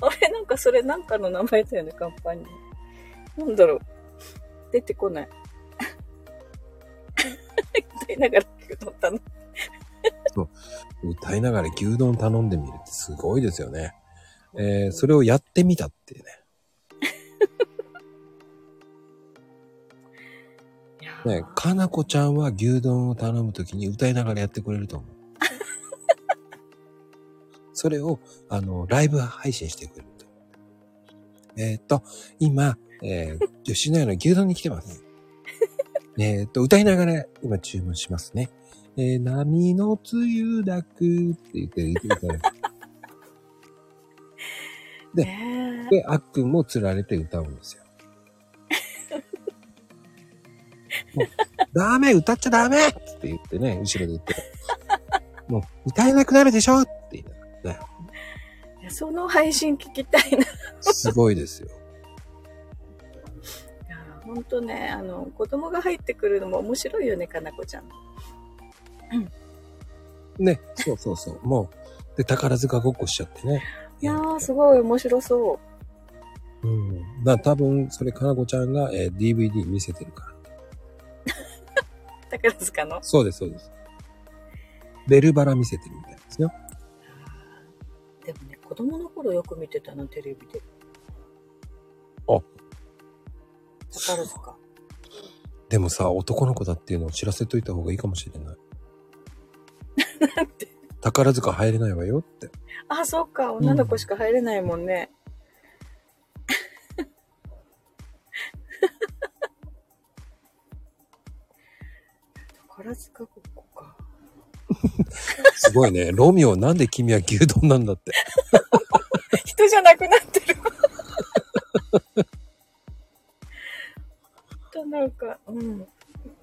Speaker 2: あれ、なんかそれなんかの名前だよね、カンパニー。なんだろう。出てこない。 歌いながら聞くとったの。
Speaker 1: 歌いながら牛丼頼んでみるってすごいですよね。えー、それをやってみたってね。
Speaker 2: いやー
Speaker 1: ね、かなこちゃんは牛丼を頼むときに歌いながらやってくれると思う。それを、あの、ライブ配信してくれると思う。えっ、と、今、えー、吉野家の牛丼に来てます。えっと、歌いながら今注文しますね。えー、波のつゆだくって言って、言ってくれるで
Speaker 2: ねえ
Speaker 1: で、あっくんも釣られて歌うん ですよ。もうダメ歌っちゃダメって言ってね、後ろで言って。もう、歌えなくなるでしょって言いながらね。
Speaker 2: いやその配信聞きたいな。い
Speaker 1: すごいですよ。
Speaker 2: やーほんとね、あの、子供が入ってくるのも面白いよね、かなこちゃん。
Speaker 1: ね、そうそうそう。もう、で、宝塚ごっこしちゃってね。
Speaker 2: いやー、すごい面白そう。
Speaker 1: うん。だ多分、それ、かなこちゃんが、えー DVD 見せてるから。
Speaker 2: 宝塚の。
Speaker 1: そうです、そうです。ベルバラ見せてるみたいですよ。
Speaker 2: でもね、子供の頃よく見てたな、テレビで。
Speaker 1: あ
Speaker 2: 宝塚。
Speaker 1: でもさ、男の子だっていうのを知らせといた方がいいかもしれない。
Speaker 2: なんて。
Speaker 1: 宝塚入れないわよって。
Speaker 2: あ、そっか、女の子しか入れないもんね。 宝塚ごっこか。
Speaker 1: すごい ね。ロミオ、なんで君は牛丼なんだって。
Speaker 2: 人じゃなくなって る。ほんとなんか、うん。ほん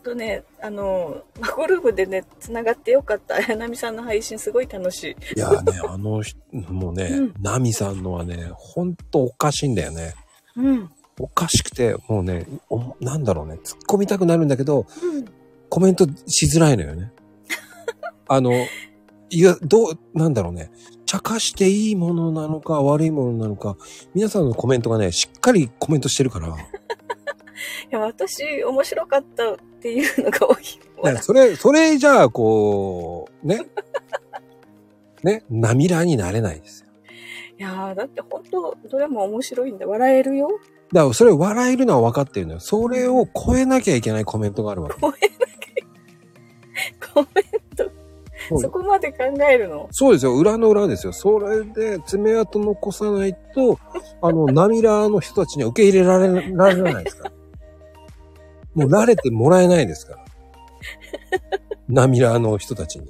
Speaker 2: とね、あの、マコルームでね、繋がってよかった。綾波さんの配信すごい楽しい。
Speaker 1: いやー ね、あの人、もうね、
Speaker 2: うん
Speaker 1: ナミさんのはね、ほんとおかしいんだよね。
Speaker 2: うん。
Speaker 1: おかしくて、もうね、おなんだろうね、突っ込みたくなるんだけど、
Speaker 2: うん。
Speaker 1: コメントしづらいのよね。あの、いや、どう、なんだろうね、茶化していいものなのか、悪いものなのか、皆さんのコメントがね、しっかりコメントしてるから、
Speaker 2: いや、私、面白かったっていうのが多い。
Speaker 1: ねそれ、それじゃあ、こう、ね、 ね、涙になれないですよ。
Speaker 2: いやー、だって本当どれも面白いんだ。笑えるよ。
Speaker 1: だからそれ笑えるのは分かってるのよ。それを超えなきゃいけないコメントがあるわけ。
Speaker 2: ごめんなさい。ごめん。
Speaker 1: そう
Speaker 2: そ
Speaker 1: よ
Speaker 2: こまで考えるの。
Speaker 1: そうですよ。裏の裏ですよ。それで爪痕残さないと、あの、涙の人たちには受け入れられられないですから。もう慣れてもらえないですから。涙の人たちに。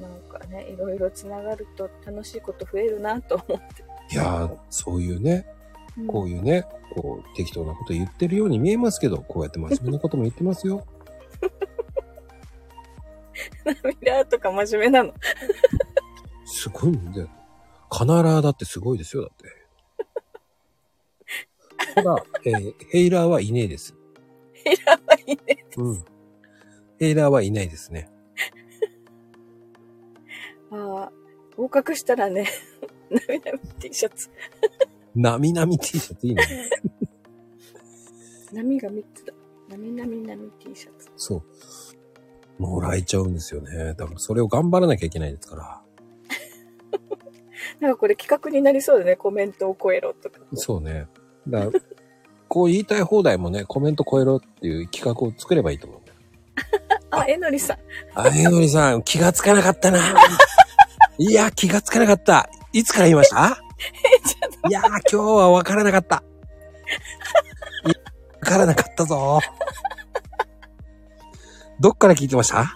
Speaker 2: なんかね、いろいろつながると楽しいこと増えるなと思
Speaker 1: いやー、そういうね、
Speaker 2: う。
Speaker 1: こういうね、こう、適当なこと言ってるように見えますけど、こうやって真面目なことも言ってますよ。
Speaker 2: 涙とか真面目なの。
Speaker 1: すごいんだよ。カナラーだってすごいですよ、だ って。ただ、えーヘイラーはいねえです。
Speaker 2: いらないね。
Speaker 1: うん。ヘイラーはいないですね。
Speaker 2: ああ、合格したらね、 涙 T シャツ。
Speaker 1: なみなみ T シャツいいね。
Speaker 2: 波が3つだ。波々波 T シャツ。
Speaker 1: そう。もらえちゃうんですよね。だからそれを頑張らなきゃいけないですから。
Speaker 2: なんかこれ企画になりそうだね。コメントを超えろとか。
Speaker 1: そうね。だからこう言いたい放題もね、コメント超えろっていう企画を作ればいいと思うんだよ。
Speaker 2: あ、えのりさん。
Speaker 1: あれのりさん、気がつかなかったな。いや、気がつかなかった。いつから言いましたいや、今日は分からなかった。いや分からなかったぞ。どっから聞いてました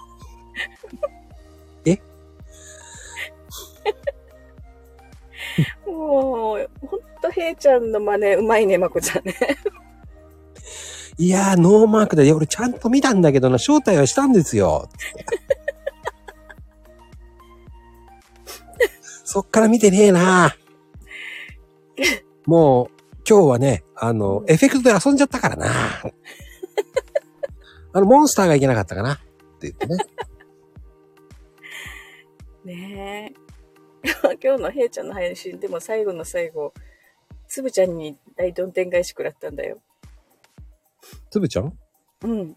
Speaker 2: もう、ほんと、へいちゃんの真似、うまいね、まこちゃんね。
Speaker 1: いやー、ノーマークで、いや俺ちゃんと見たんだけどな、招待はしたんです よ。そっから見てねえなもう、今日はね、あの、エフェクトで遊んじゃった からなあの、モンスターがいけなかったかなって言ってね。
Speaker 2: ねえ。 今日のへいちゃんの配信でも最後の最後、つぶちゃんに大どん天返し食らったんだよ。
Speaker 1: つぶちゃんあ、
Speaker 2: うん。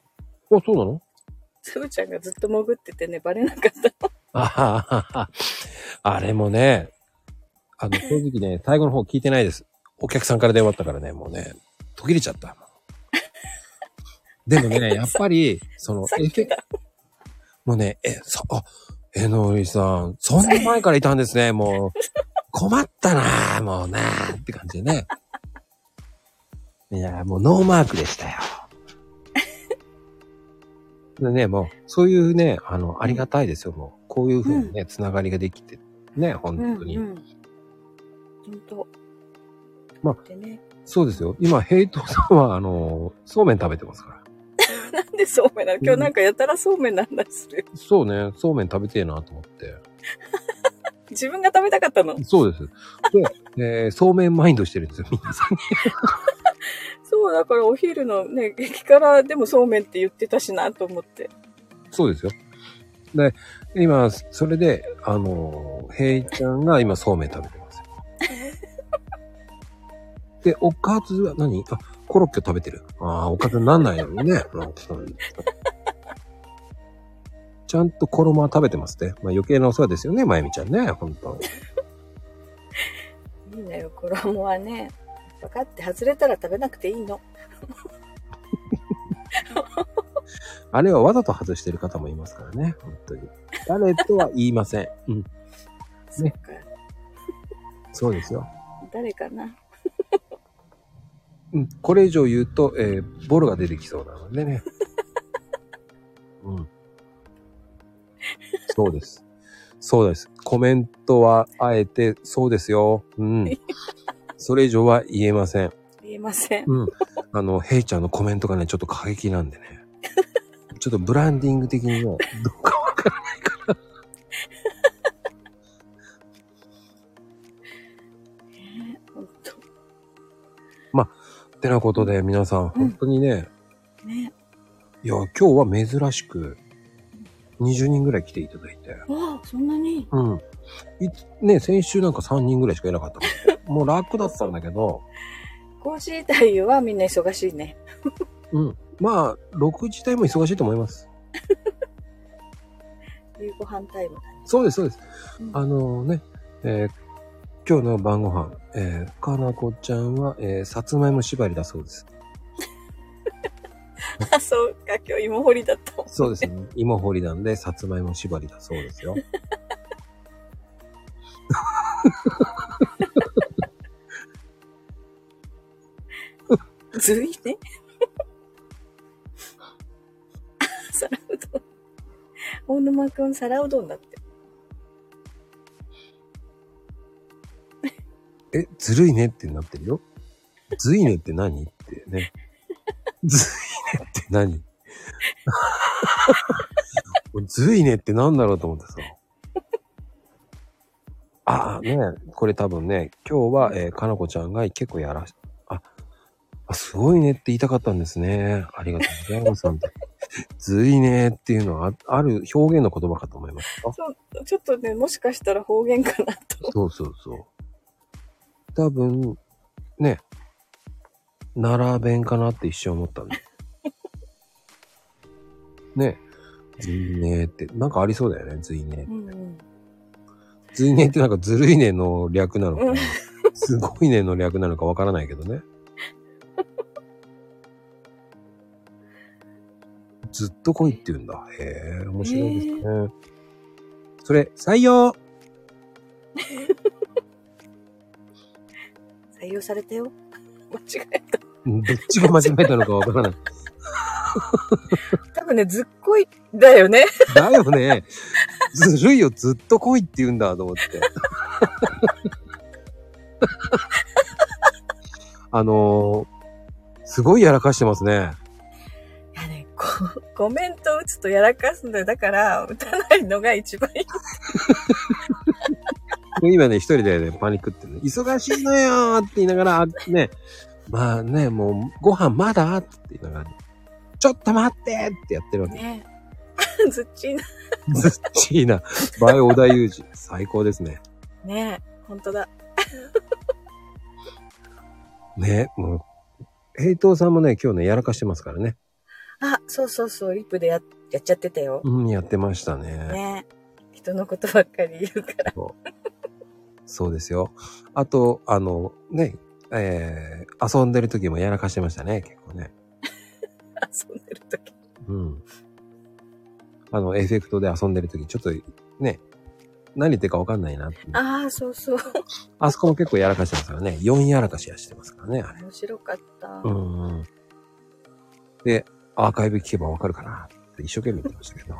Speaker 1: そうなの
Speaker 2: つぶちゃんがずっと潜っててね、バレなかった。
Speaker 1: あはははあれもね、あの、正直ね、 最後の方聞いてないです。お客さんから電話あったからね、もうね、途切れちゃった。でも ね、やっぱり、その、
Speaker 2: さ
Speaker 1: エ
Speaker 2: っ
Speaker 1: フェ
Speaker 2: きだ。
Speaker 1: もうね、え、そ、あ、えのりさん、そんな前からいたんです ね、もう。困ったなあもうなあって感じでね。いや、もうノーマークでしたよ。でね、もう、そういうね、あの、ありがたいですよ、もう。こういうふうにね、つながりができて、ね、本
Speaker 2: うん、
Speaker 1: 当に。
Speaker 2: うん。本当。
Speaker 1: まあ
Speaker 2: でね、
Speaker 1: そうですよ。今、ヘイトさんは、あの、そうめん食べてますから。
Speaker 2: なんでそうめんなの今日なんかやたらそうめんなんだする。
Speaker 1: そうね、そうめん食べてえなと思って。
Speaker 2: 自分が食べたかったの。
Speaker 1: そうです。で、えーそうめんマインドしてるんですよ、皆さん。
Speaker 2: そう、だからお昼のね、激辛でもそうめんって言ってたしなと思って。
Speaker 1: そうですよ。で、今、それで、あの、平井ちゃんが今、そうめん食べてますよ。で、おかずは何あ、コロッケを食べてる。ああ、おかずになんないのにね。なんかそうちゃんと衣は食べてますね。まあ余計なお世話ですよね、まゆみちゃんね、本当
Speaker 2: いいのよ、衣はね。分かって外れたら食べなくていいの。
Speaker 1: あれはわざと外してる方もいますからね、本当に。誰とは言いません。うん、
Speaker 2: そっか。
Speaker 1: そうですよ。
Speaker 2: 誰かな。
Speaker 1: うん、これ以上言うと、えーボロが出てきそうなのでね。うん。そうです。そうです。コメントはあえて、そうですよ。うん。それ以上は言えません。
Speaker 2: 言えません。
Speaker 1: うん。あの、ヘイちゃんのコメントがね、ちょっと過激なんでね。ちょっとブランディング的にも、どうかわからない
Speaker 2: 本当
Speaker 1: ってなことで、皆さん、本当にね、
Speaker 2: ね。
Speaker 1: いや、今日は珍しく、20人ぐらい来ていただいて。
Speaker 2: ああ、そんなに。
Speaker 1: うん。いつね、先週なんか3人ぐらいしかいなかったも ん。もう楽だったんだけど、
Speaker 2: 講師太夫はみんな忙しいね。
Speaker 1: うん。まあ、6時台も忙しいと思います。
Speaker 2: 夕ご飯タイムだね。
Speaker 1: そうです、そうです。
Speaker 2: うん
Speaker 1: あのね、えー今日の晩ご飯、えーかなこちゃんは、えーさつまいも縛りだそうです。
Speaker 2: あ、 そうか、今日芋掘りだった。
Speaker 1: そうですね。 芋掘りなんで、さつまいも縛りだそうですよ。
Speaker 2: ずるいね。あ 皿うどん。大沼くん皿うどんだって。
Speaker 1: え、ずるいねってなってるよ。ずいねって何ってね。ずいねって何俺ずいねって何だろうと思ってさ。ああね、これ多分ね、今日は、えーかなこちゃんが結構やらし、あ、あすごいねって言いたかったんですね。ありがとうございます。本当にずいねっていうのはあある表現の言葉かと思いますよ。
Speaker 2: そう、ちょっとね、もしかしたら方言かなと。
Speaker 1: そうそうそう。多分、ね、奈良弁かなって一瞬思ったん で。ね、ずいねーって、なんかありそうだよね、ずいね
Speaker 2: う。んうん。
Speaker 1: ずいねってなんかずるいねの略なのか
Speaker 2: う。
Speaker 1: なん すごいねの略なのかわ からないけどね。ずっと来いって言うんだ。へえ、面白いですね。それ、採用
Speaker 2: 採用されたよ。間違えた。
Speaker 1: うんどっちが間違えたのかわからない。
Speaker 2: 多分ね、ずっこいだよね。
Speaker 1: だよね。ずるいよ、ずっと来いって言うんだと思って。 あのーすごいやらかしてますね。
Speaker 2: いやね、こコメント打つとやらかすんだよ。だから、打たないのが一番いい。
Speaker 1: 今ね、一人でね、パニックってね、忙しいのよーって言いながら、あね、まあね、もう、ご飯まだって言いながら、ちょっと待ってってやってるわけ。
Speaker 2: ね。 ずっちいな。
Speaker 1: ずっちーな、バイ小田裕二。最高ですね。
Speaker 2: ね本当だ。
Speaker 1: ね、もう、平等さんもね、今日ね、やらかしてますからね。
Speaker 2: あ、そうそうそう、リップでややっちゃってたよ。
Speaker 1: うん、やってましたね。
Speaker 2: ね人のことばっかり言うから。
Speaker 1: そうですよ。あと、あの、ね、えー、遊んでる時もやらかしてましたね、結構ね。
Speaker 2: 遊んでる時。
Speaker 1: うん。あの、エフェクトで遊んでる時、ちょっと、ね、何言ってるかわかんないなって
Speaker 2: ああ、そうそう。
Speaker 1: あそこも結構やらかしてますからね。4やらかしやしてますからね、あれ。
Speaker 2: 面白かった。
Speaker 1: うんうん。で、アーカイブ聞けばわかるかなって一生懸命言ってましたけど。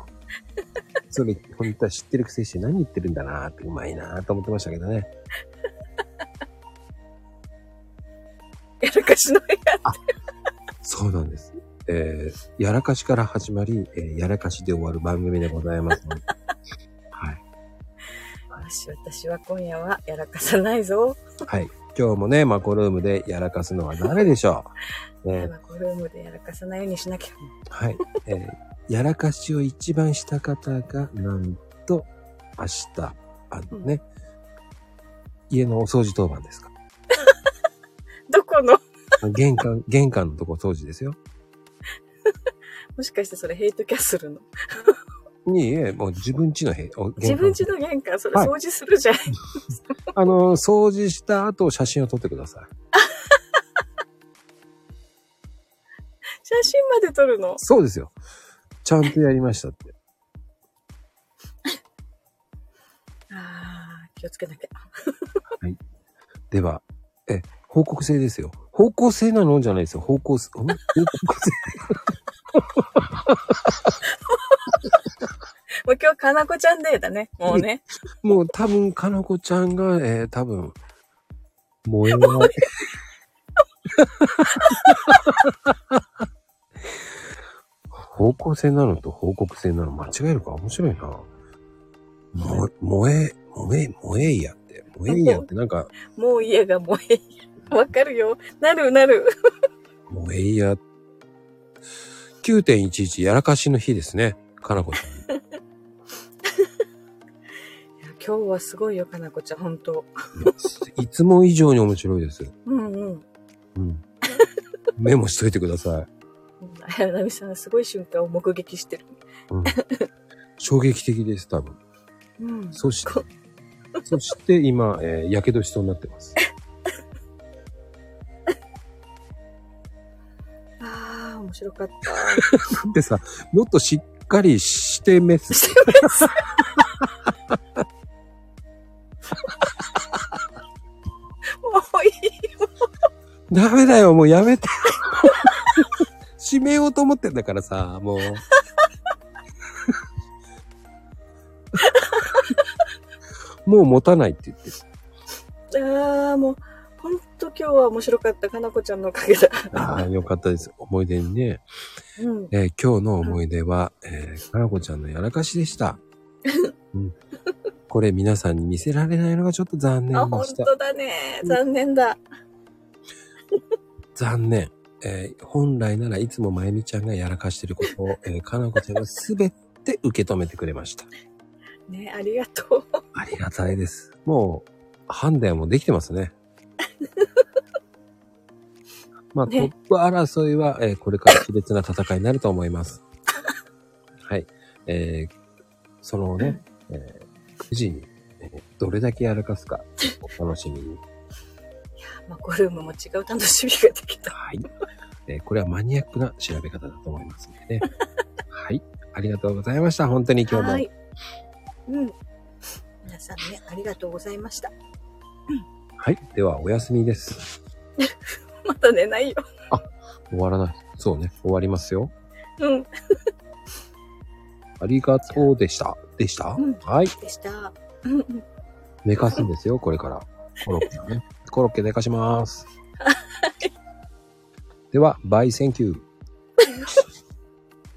Speaker 1: それ、本当は知ってるくせして何言ってるんだなって、うまいなと思ってましたけどね。
Speaker 2: やらかしの部屋。
Speaker 1: そうなんです。えー、やらかしから始まり、えーやらかしで終わる番組でございますの で。はい。
Speaker 2: よし、私は今夜はやらかさないぞ。
Speaker 1: はい。今日もね、マコルームでやらかすのは誰でしょう。ね、
Speaker 2: マコルームでやらかさないようにしなきゃ。
Speaker 1: はい。えーやらかしを一番した方が、なんと、明日、あのね、家のお掃除当番ですか。
Speaker 2: どこの
Speaker 1: 玄関、 玄関のとこ掃除ですよ。
Speaker 2: もしかしてそれヘイトキャッスルの。
Speaker 1: に、えーもう自分家の部屋、お
Speaker 2: 自分家
Speaker 1: 玄関
Speaker 2: の玄関、それ
Speaker 1: はい
Speaker 2: 掃除するじゃん。
Speaker 1: あの、掃除した後写真を撮ってください。
Speaker 2: 写真まで撮るの。
Speaker 1: そうですよ。ちゃんとやりましたって。
Speaker 2: ああ、気をつけなきゃ。
Speaker 1: では、え、報告制ですよ。方向性なのじゃないですよ。方向性、ん方向性。
Speaker 2: もう今日、かなこちゃんデーだね。もうね。
Speaker 1: もう 多分、かなこちゃんが、えー多分、燃えない。方向性なのと報告性なの間違えるか面白いな。も燃え、燃え、燃えいやって。燃えいやってなんか、
Speaker 2: もう家がもうええ。わかるよ。なるなる。
Speaker 1: 燃えいや。9.11やらかしの日ですね。かなこちゃん。
Speaker 2: いや今日はすごいよ、かなこちゃん、本当
Speaker 1: いつも以上に面白いです。
Speaker 2: うんうん。
Speaker 1: うん。メモしといてください。
Speaker 2: 綾波さん、すごい瞬間を目撃してる。
Speaker 1: うん、衝撃的です、多分。
Speaker 2: うん。
Speaker 1: そして
Speaker 2: こ、
Speaker 1: そして今、えー、やけどしそうになってます。
Speaker 2: ああ、面白かった。
Speaker 1: でさ、もっとしっかりしてメス。
Speaker 2: もういい。
Speaker 1: ダメだよ、もうやめて。締めようと思ってんだからさ、 もう。もう持たないって言ってる。
Speaker 2: ああ、もう、本当今日は面白かった。かなこちゃんのおかげだ。
Speaker 1: ああ、よかったです。思い出にね。
Speaker 2: うん。
Speaker 1: えー今日の思い出は、えーかなこちゃんのやらかしでした。 うん、これ皆さんに見せられないのがちょっと残
Speaker 2: あ、
Speaker 1: 念で
Speaker 2: 本
Speaker 1: した。
Speaker 2: 当だね。残念だ。
Speaker 1: 残念。えー本来ならいつもまゆみちゃんがやらかしてることを、えーかなこちゃんがすべて受け止めてくれました。
Speaker 2: ね、ありがとう。
Speaker 1: ありがたいです。もう、判断もできて ますね。まあ、トッ
Speaker 2: ね
Speaker 1: プ争いは、えーこれから熾烈な戦いになると思います。はい。えーそのね、えー9時に、えーどれだけやらかすか、お楽しみに。
Speaker 2: まあ、ゴルームも違う楽しみができた。
Speaker 1: はい。えーこれはマニアックな調べ方だと思いますのでね。はい。ありがとうございました。本当に今日
Speaker 2: は
Speaker 1: も。
Speaker 2: い。うん。皆さんね、ありがとうございました。
Speaker 1: はい。では、お休みです。
Speaker 2: また寝ないよ。
Speaker 1: 終わらない。そうね。終わりますよ。
Speaker 2: うん。
Speaker 1: ありがとうでした。でした、
Speaker 2: うん
Speaker 1: はい。
Speaker 2: でした。うんうん。
Speaker 1: 寝かすんですよ、これから。コロッ ケね。コロッケ寝かします。では、バイセンキュー。